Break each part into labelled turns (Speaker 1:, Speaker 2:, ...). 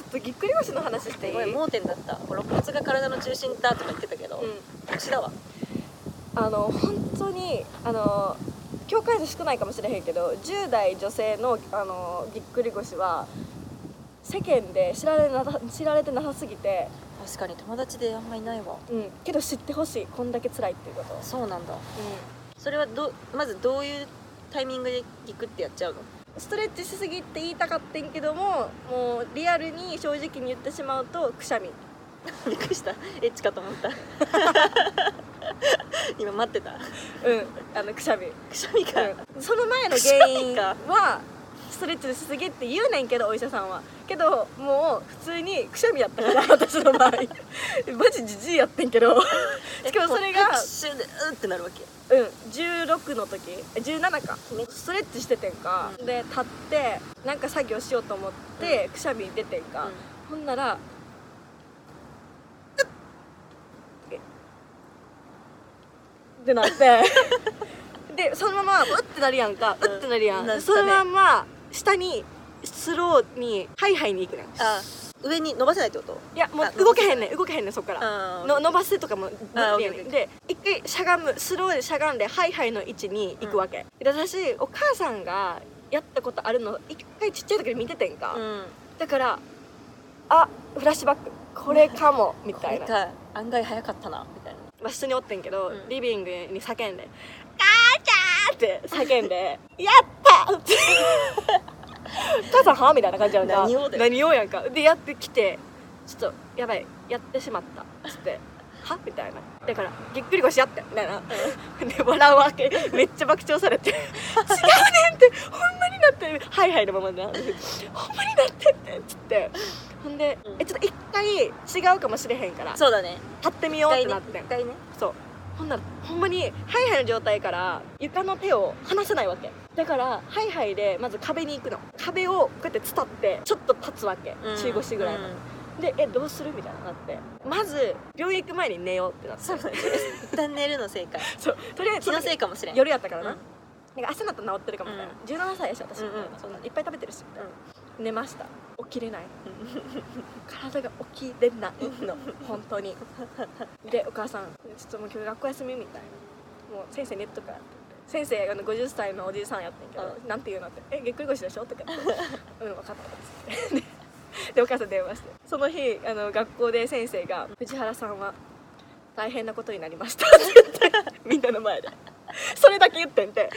Speaker 1: 男子の話していい
Speaker 2: すごい盲点だった肋骨が体の中心だとか言ってたけど、
Speaker 1: うん
Speaker 2: 腰だわ
Speaker 1: あの本当にあの教会数少ないかもしれへんけど10代女性のあのぎっくり腰は世間で知られな知られてなさすぎて、
Speaker 2: 確かに友達であんまいないわ
Speaker 1: うん、けど知ってほしいこんだけ辛いっていうこと、
Speaker 2: そうなんだそれはどまずどういうタイミングでギクってやっちゃうの
Speaker 1: ストレッチしすぎって言いたかってんけどももうリアルに正直に言ってしまうとくしゃみ
Speaker 2: びっくりしたエッチかと思った 今待ってた
Speaker 1: うんあのくしゃみ、
Speaker 2: くしゃみか、
Speaker 1: うん、その前の
Speaker 2: くしゃ
Speaker 1: 原
Speaker 2: み
Speaker 1: 因
Speaker 2: か
Speaker 1: はストレッチしすぎって言うねんけどお医者さんはけどもう普通にくしゃみやったから私の場合 マジじじいやってんけどしかもそれが
Speaker 2: えこう拍手でうってなるわけ
Speaker 1: うん16の時え17かストレッチしててんか、
Speaker 2: うん
Speaker 1: で立ってなんか作業しようと思って、くしゃみ出てんか、ほんなら「うっ」って なってでそのまま「うってなるやんか「う
Speaker 2: うん
Speaker 1: ってなるやん、
Speaker 2: なったね
Speaker 1: そのまんま下にスローにハイハイに行くねん
Speaker 2: あ上に伸ばせないってこと
Speaker 1: いやも
Speaker 2: あ
Speaker 1: う動けへんねん動けへんねんそっから
Speaker 2: あ
Speaker 1: の伸ばすとかも無理やね
Speaker 2: オッケーオッケーオッ
Speaker 1: んで一回しゃがむスローでしゃがんでハイハイの位置に行くわけ、で私お母さんがやったことあるの一回ちっちゃい時に見ててんか、
Speaker 2: うん
Speaker 1: だからあフラッシュバックこれかもみたいな
Speaker 2: これか案外早かったなみたいな
Speaker 1: まあ、一緒におってんけど、
Speaker 2: うん
Speaker 1: リビングに叫んで「母ちゃん!」って叫んで「やった!」って 母さんはみたいな感じやんか
Speaker 2: 何をだよ
Speaker 1: 何をやんかでやってきてちょっとやばいやってしまったつって「はみたいなだからぎっくり腰やってみたいな、で笑うわけめっちゃ爆笑されて「違うねん!」って「ほんまになって」ハイハイのままでな「ほんまになってって」つってほんで、
Speaker 2: うん
Speaker 1: えちょっと一回違うかもしれへんから立
Speaker 2: そうだね
Speaker 1: ってみ
Speaker 2: 一
Speaker 1: ようっ
Speaker 2: 回
Speaker 1: て
Speaker 2: ね
Speaker 1: なってん
Speaker 2: 一回ね
Speaker 1: そうほんならほんまにハイハイの状態から床の手を離せないわけだからハイハイでまず壁に行くの壁をこうやって伝ってちょっと立つわけ、
Speaker 2: うん
Speaker 1: 中腰ぐらいの、
Speaker 2: うん
Speaker 1: でえどうするみたいになってまず病院行く前に寝ようってな って
Speaker 2: そうだね一旦寝るの正解
Speaker 1: そうとりあえず
Speaker 2: 気のせ
Speaker 1: 時
Speaker 2: いかもしれん
Speaker 1: 夜やったからな、
Speaker 2: うん
Speaker 1: なんか朝になったら治ってるかもみたいな、17歳やし私、
Speaker 2: うんうん
Speaker 1: そんないっぱい食べてるし、みたいな寝ました起きれない体が起きれないの本当にでお母さん「ちょっともう今日学校休み」みたいな「もう先生寝とか」って言って先生あの50歳のおじいさんやってんけど「なんて言うの?」って「えぎっくり腰でしょ?」とか言って「うん分かった」っつってででお母さん電話してその日あの学校で先生が「藤原さんは大変なことになりました」って言ってみんなの前で。それだけ言ってんてで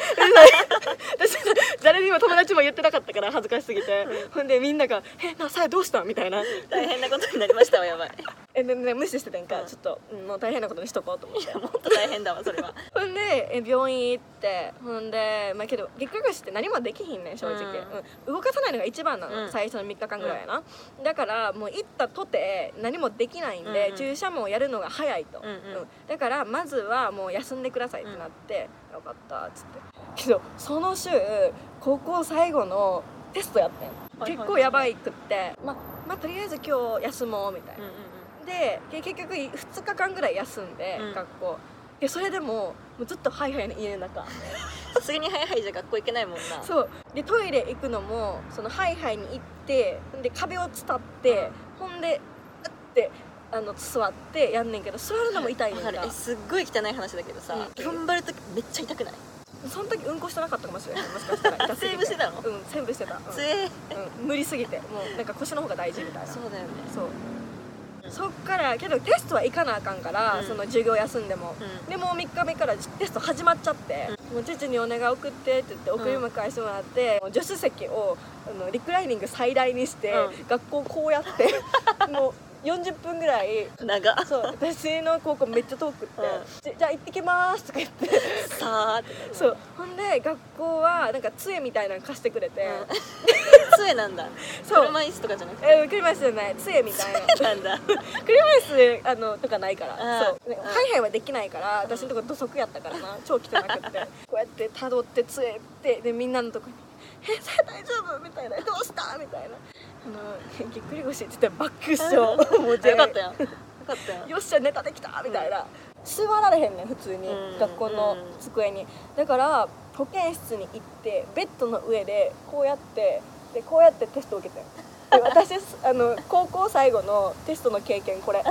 Speaker 1: 私誰にも友達も言ってなかったから恥ずかしすぎてほんでみんなが「えなさえどうしたん?」みたいな
Speaker 2: 大変なことになりましたわやばい
Speaker 1: えでね無視してたんか、
Speaker 2: うん
Speaker 1: ちょっと、うんもう大変なことにしとこうと思って
Speaker 2: もっと大変だわそれは
Speaker 1: ほんでえ病院行ってほんでまあけどぎっくり腰って何もできひんねん正直、うん動かさないのが一番なの、
Speaker 2: うん
Speaker 1: 最初の3日間ぐらいやな、だからもう行ったとて何もできないんで、
Speaker 2: うんうん
Speaker 1: 注射もやるのが早いと、
Speaker 2: うんうん
Speaker 1: だからまずはもう休んでくださいってなって、よかったっつってけどその週高校最後のテストやってん、
Speaker 2: はい
Speaker 1: 結構やばいくってまあまあとりあえず今日休もうみたいな、
Speaker 2: うんうん
Speaker 1: でけ結局2日間ぐらい休んで、
Speaker 2: うん
Speaker 1: 学校でそれでももうずっとハイハイの家の中
Speaker 2: さすがにハイハイじゃ学校行けないもんな
Speaker 1: そうでトイレ行くのもそのハイハイに行ってで壁を伝ってほんでうってあの座ってやんねんけど座るのも痛いねん
Speaker 2: わかる
Speaker 1: か
Speaker 2: えすっごい汚い話だけどさ、
Speaker 1: うん
Speaker 2: 踏ん張るときめっちゃ痛くない
Speaker 1: その時うんこしてなかったかもしれないもしかしたら 痛すぎ
Speaker 2: セーブしてた
Speaker 1: う
Speaker 2: の
Speaker 1: んセーブしてた、うん
Speaker 2: つえ
Speaker 1: うん無理すぎてもうなんか腰の方が大事みたいな
Speaker 2: そうだよね
Speaker 1: そう
Speaker 2: うん
Speaker 1: そっからけどテストは行かなあかんから、
Speaker 2: うん
Speaker 1: その授業休んでも、
Speaker 2: うん
Speaker 1: でもう3日目からテスト始まっちゃって、もう父にお願い送ってって言って送り迎えしてもらって、もう助手席をあのリクライニング最大にして、
Speaker 2: うん
Speaker 1: 学校こうやってもう40分ぐらい
Speaker 2: 長っ
Speaker 1: そう私の高校めっちゃ遠くって、
Speaker 2: う
Speaker 1: じじゃあ行ってきますとか言って
Speaker 2: さあってなる
Speaker 1: そうほんで学校はなんか杖みたいなの貸してくれて、
Speaker 2: うん杖なんだ
Speaker 1: そう
Speaker 2: 車椅子とかじゃなくて
Speaker 1: えー車椅子じゃない杖みたいな
Speaker 2: なんだ
Speaker 1: 車椅子あのとかないから
Speaker 2: あー
Speaker 1: そうね
Speaker 2: うん
Speaker 1: ハイハイはできないから私のとこ土足やったからな超汚くってこうやってたどってつえってでみんなのとこに「えさ大丈夫?」みたいな「どうした?」みたいなあのぎっくり腰って言ってたら爆笑もう全
Speaker 2: よかったよよかったよ
Speaker 1: よっしゃネタできたみたいな、座られへんねん普通に、
Speaker 2: うん
Speaker 1: 学校の机に、だから保健室に行ってベッドの上でこうやってでこうやってテスト受けてん私あの高校最後のテストの経験これ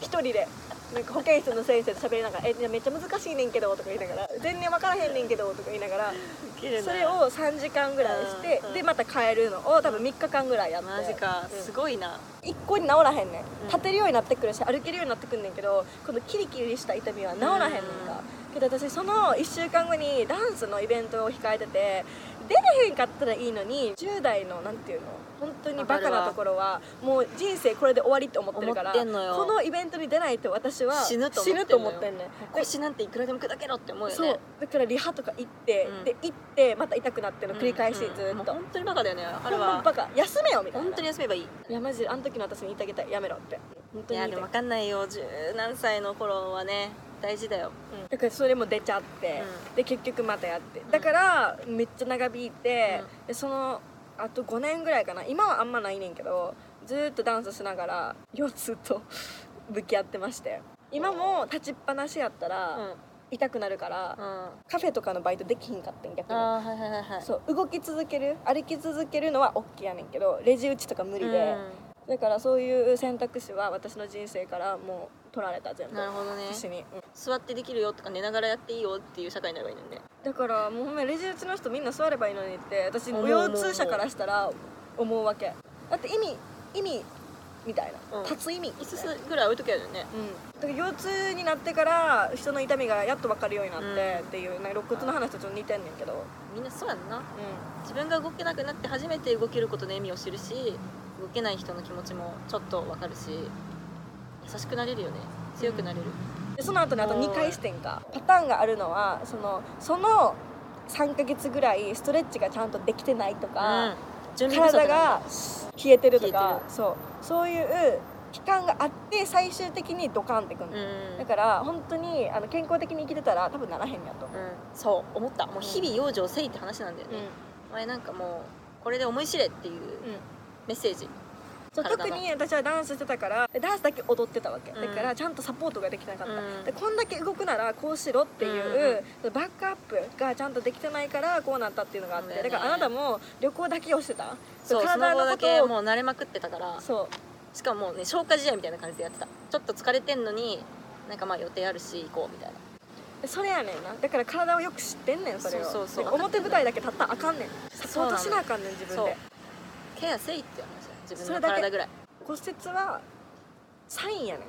Speaker 1: 一人でなんか保健室の先生と喋りながら「えめっちゃ難しいねんけど」とか言いながら「全然分からへんねんけど」とか言いながらそれを3時間ぐらいして
Speaker 2: うんうん
Speaker 1: でまた変えるのを多分3日間ぐらいやって
Speaker 2: マジか
Speaker 1: うん
Speaker 2: すごいな
Speaker 1: 一向に治らへんね
Speaker 2: う
Speaker 1: ん
Speaker 2: ん
Speaker 1: 立てるようになってくるし歩けるようになってくんねんけどこのキリキリした痛みは治らへんねんか、けど私その1週間後にダンスのイベントを控えてて出れへんかったらいいのに10代のなんていうの本当にバカなところはもう人生これで終わりって思ってるから
Speaker 2: 思ってんのよ
Speaker 1: このイベントに出ないと私は
Speaker 2: 死ぬと思ってんのよ
Speaker 1: と思ってんねんで
Speaker 2: 腰なんていくらでも砕けろって思うよね
Speaker 1: そうだからリハとか行って、
Speaker 2: うん
Speaker 1: で行ってまた痛くなっての繰り返しずっ
Speaker 2: うんうんもう
Speaker 1: と、
Speaker 2: 本当にバカだよねあれ
Speaker 1: ほんま
Speaker 2: は
Speaker 1: バカ休めよみたいな
Speaker 2: 本当に休めばいい
Speaker 1: いやマジであの時の私に言ってあげたいやめろって本
Speaker 2: い
Speaker 1: 当に言
Speaker 2: や
Speaker 1: い
Speaker 2: で
Speaker 1: た
Speaker 2: も
Speaker 1: い
Speaker 2: 分かんないよ十何歳の頃はね大事だよ
Speaker 1: だからそれも出ちゃって、
Speaker 2: う
Speaker 1: で結局またやってだからめっちゃ長引いて、
Speaker 2: う
Speaker 1: でそのあと5年ぐらいかな今はあんまないねんけどずーっとダンスしながら腰痛と 向き合ってまして今も立ちっぱなしやった
Speaker 2: うん
Speaker 1: ら
Speaker 2: うん
Speaker 1: 痛くなるから、
Speaker 2: あ
Speaker 1: カフェとかのバイトできひんかったん逆
Speaker 2: ー
Speaker 1: に。
Speaker 2: はいはいはいはい
Speaker 1: そう動き続ける歩き続けるのは OK やねんけどレジ打ちとか無理で、だからそういう選択肢は私の人生からもう取られた全
Speaker 2: うん
Speaker 1: 部
Speaker 2: なるほどね
Speaker 1: 私に、うん
Speaker 2: 座ってできるよとか寝ながらやっていいよっていう社会になればいいのにね
Speaker 1: だからもうほんまにレジ打ちの人みんな座ればいいのにって私
Speaker 2: 思う
Speaker 1: お腰痛者からしたら思うわけだって意味意味みたいな、
Speaker 2: うん
Speaker 1: 立つ意味
Speaker 2: 椅子ぐらい置いときゃいいのにね
Speaker 1: うん、だから腰痛になってから人の痛みがやっと分かるようになって
Speaker 2: うん
Speaker 1: っていう、なんか肋骨の話とちょっと似てんねんけど、
Speaker 2: みんなそうやんな自分が動けなくなって初めて動けることの意味を知るし動けない人の気持ちもちょっと分かるし優しくなれるよね強くなれる、
Speaker 1: でその後にあと2回してんかパターンがあるのはそのその3ヶ月ぐらいストレッチがちゃんとできてないとか、
Speaker 2: うん準備不足
Speaker 1: 体
Speaker 2: なの
Speaker 1: が消えてると
Speaker 2: 消え
Speaker 1: か
Speaker 2: て
Speaker 1: そうそういう期間があって最終的にドカンってくる、
Speaker 2: うん
Speaker 1: だから本当にあの健康的に生きてたら多分ならへんやと思う、
Speaker 2: うん、そう思ったもう日々養生せいって話なんだよね、お前なんかもうこれで思い知れっていう
Speaker 1: うん
Speaker 2: メッセージ
Speaker 1: そう
Speaker 2: 体の
Speaker 1: 特に私はダンスしてたからダンスだけ踊ってたわけ、
Speaker 2: うん
Speaker 1: だからちゃんとサポートができてなかった、
Speaker 2: うん
Speaker 1: でこんだけ動くならこうしろっていう、バックアップがちゃんとできてないからこうなったっていうのがあっ
Speaker 2: そう
Speaker 1: て
Speaker 2: だよね
Speaker 1: だからあなたも旅行だけをしてた
Speaker 2: そうその
Speaker 1: 体
Speaker 2: 後
Speaker 1: の
Speaker 2: だ
Speaker 1: こと
Speaker 2: け
Speaker 1: を
Speaker 2: もう慣れまくってたから
Speaker 1: そう
Speaker 2: しかももうね消化試合みたいな感じでやってたちょっと疲れてんのになんかまあ予定あるし行こうみたいな
Speaker 1: それやねんなだから体をよく知ってんねんそれを
Speaker 2: そうそうそう
Speaker 1: だから表舞台だけ立ったらあかんねん
Speaker 2: そう
Speaker 1: サポ
Speaker 2: な
Speaker 1: ー
Speaker 2: の
Speaker 1: トしなあかんねん自分
Speaker 2: そう
Speaker 1: で
Speaker 2: ケアせいっていう話だよ自分
Speaker 1: そ
Speaker 2: の
Speaker 1: れだけ
Speaker 2: 体ぐらい
Speaker 1: 骨折はサインやねん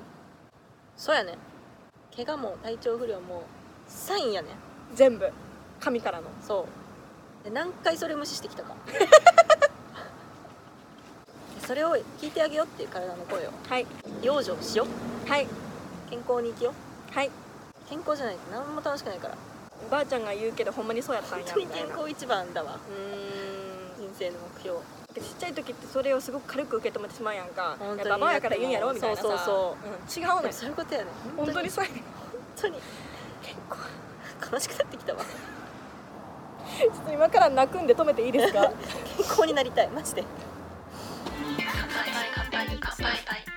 Speaker 2: そうやね怪我も体調不良もサインやね
Speaker 1: 全部神からの
Speaker 2: そうで何回それ無視してきたかそれを聞いてあげようっていう体の声を
Speaker 1: はい
Speaker 2: 養生しよう
Speaker 1: はい
Speaker 2: 健康に生きよう
Speaker 1: はい
Speaker 2: 健康じゃないと何も楽しくないから
Speaker 1: ばあちゃんが言うけどほんまにそうやったん
Speaker 2: 本
Speaker 1: や
Speaker 2: 当
Speaker 1: み
Speaker 2: に
Speaker 1: た
Speaker 2: 健
Speaker 1: いな
Speaker 2: 康一番だわ
Speaker 1: うーん
Speaker 2: 人生の目標
Speaker 1: ちっちゃい時ってそれをすごく軽く受け止めてしまうやんか
Speaker 2: 本当に
Speaker 1: いやババアやから言うんやろみたいなさ
Speaker 2: そうそうそ
Speaker 1: うん違う
Speaker 2: で
Speaker 1: ね
Speaker 2: も
Speaker 1: ん
Speaker 2: そういうことやね
Speaker 1: 本当に
Speaker 2: 本
Speaker 1: そうやねん
Speaker 2: 当に
Speaker 1: 健康
Speaker 2: 悲しくなってきたわ
Speaker 1: ちょっと今から泣くんで止めていいですか
Speaker 2: 健康になりたいマジで
Speaker 3: 乾杯乾杯乾杯乾杯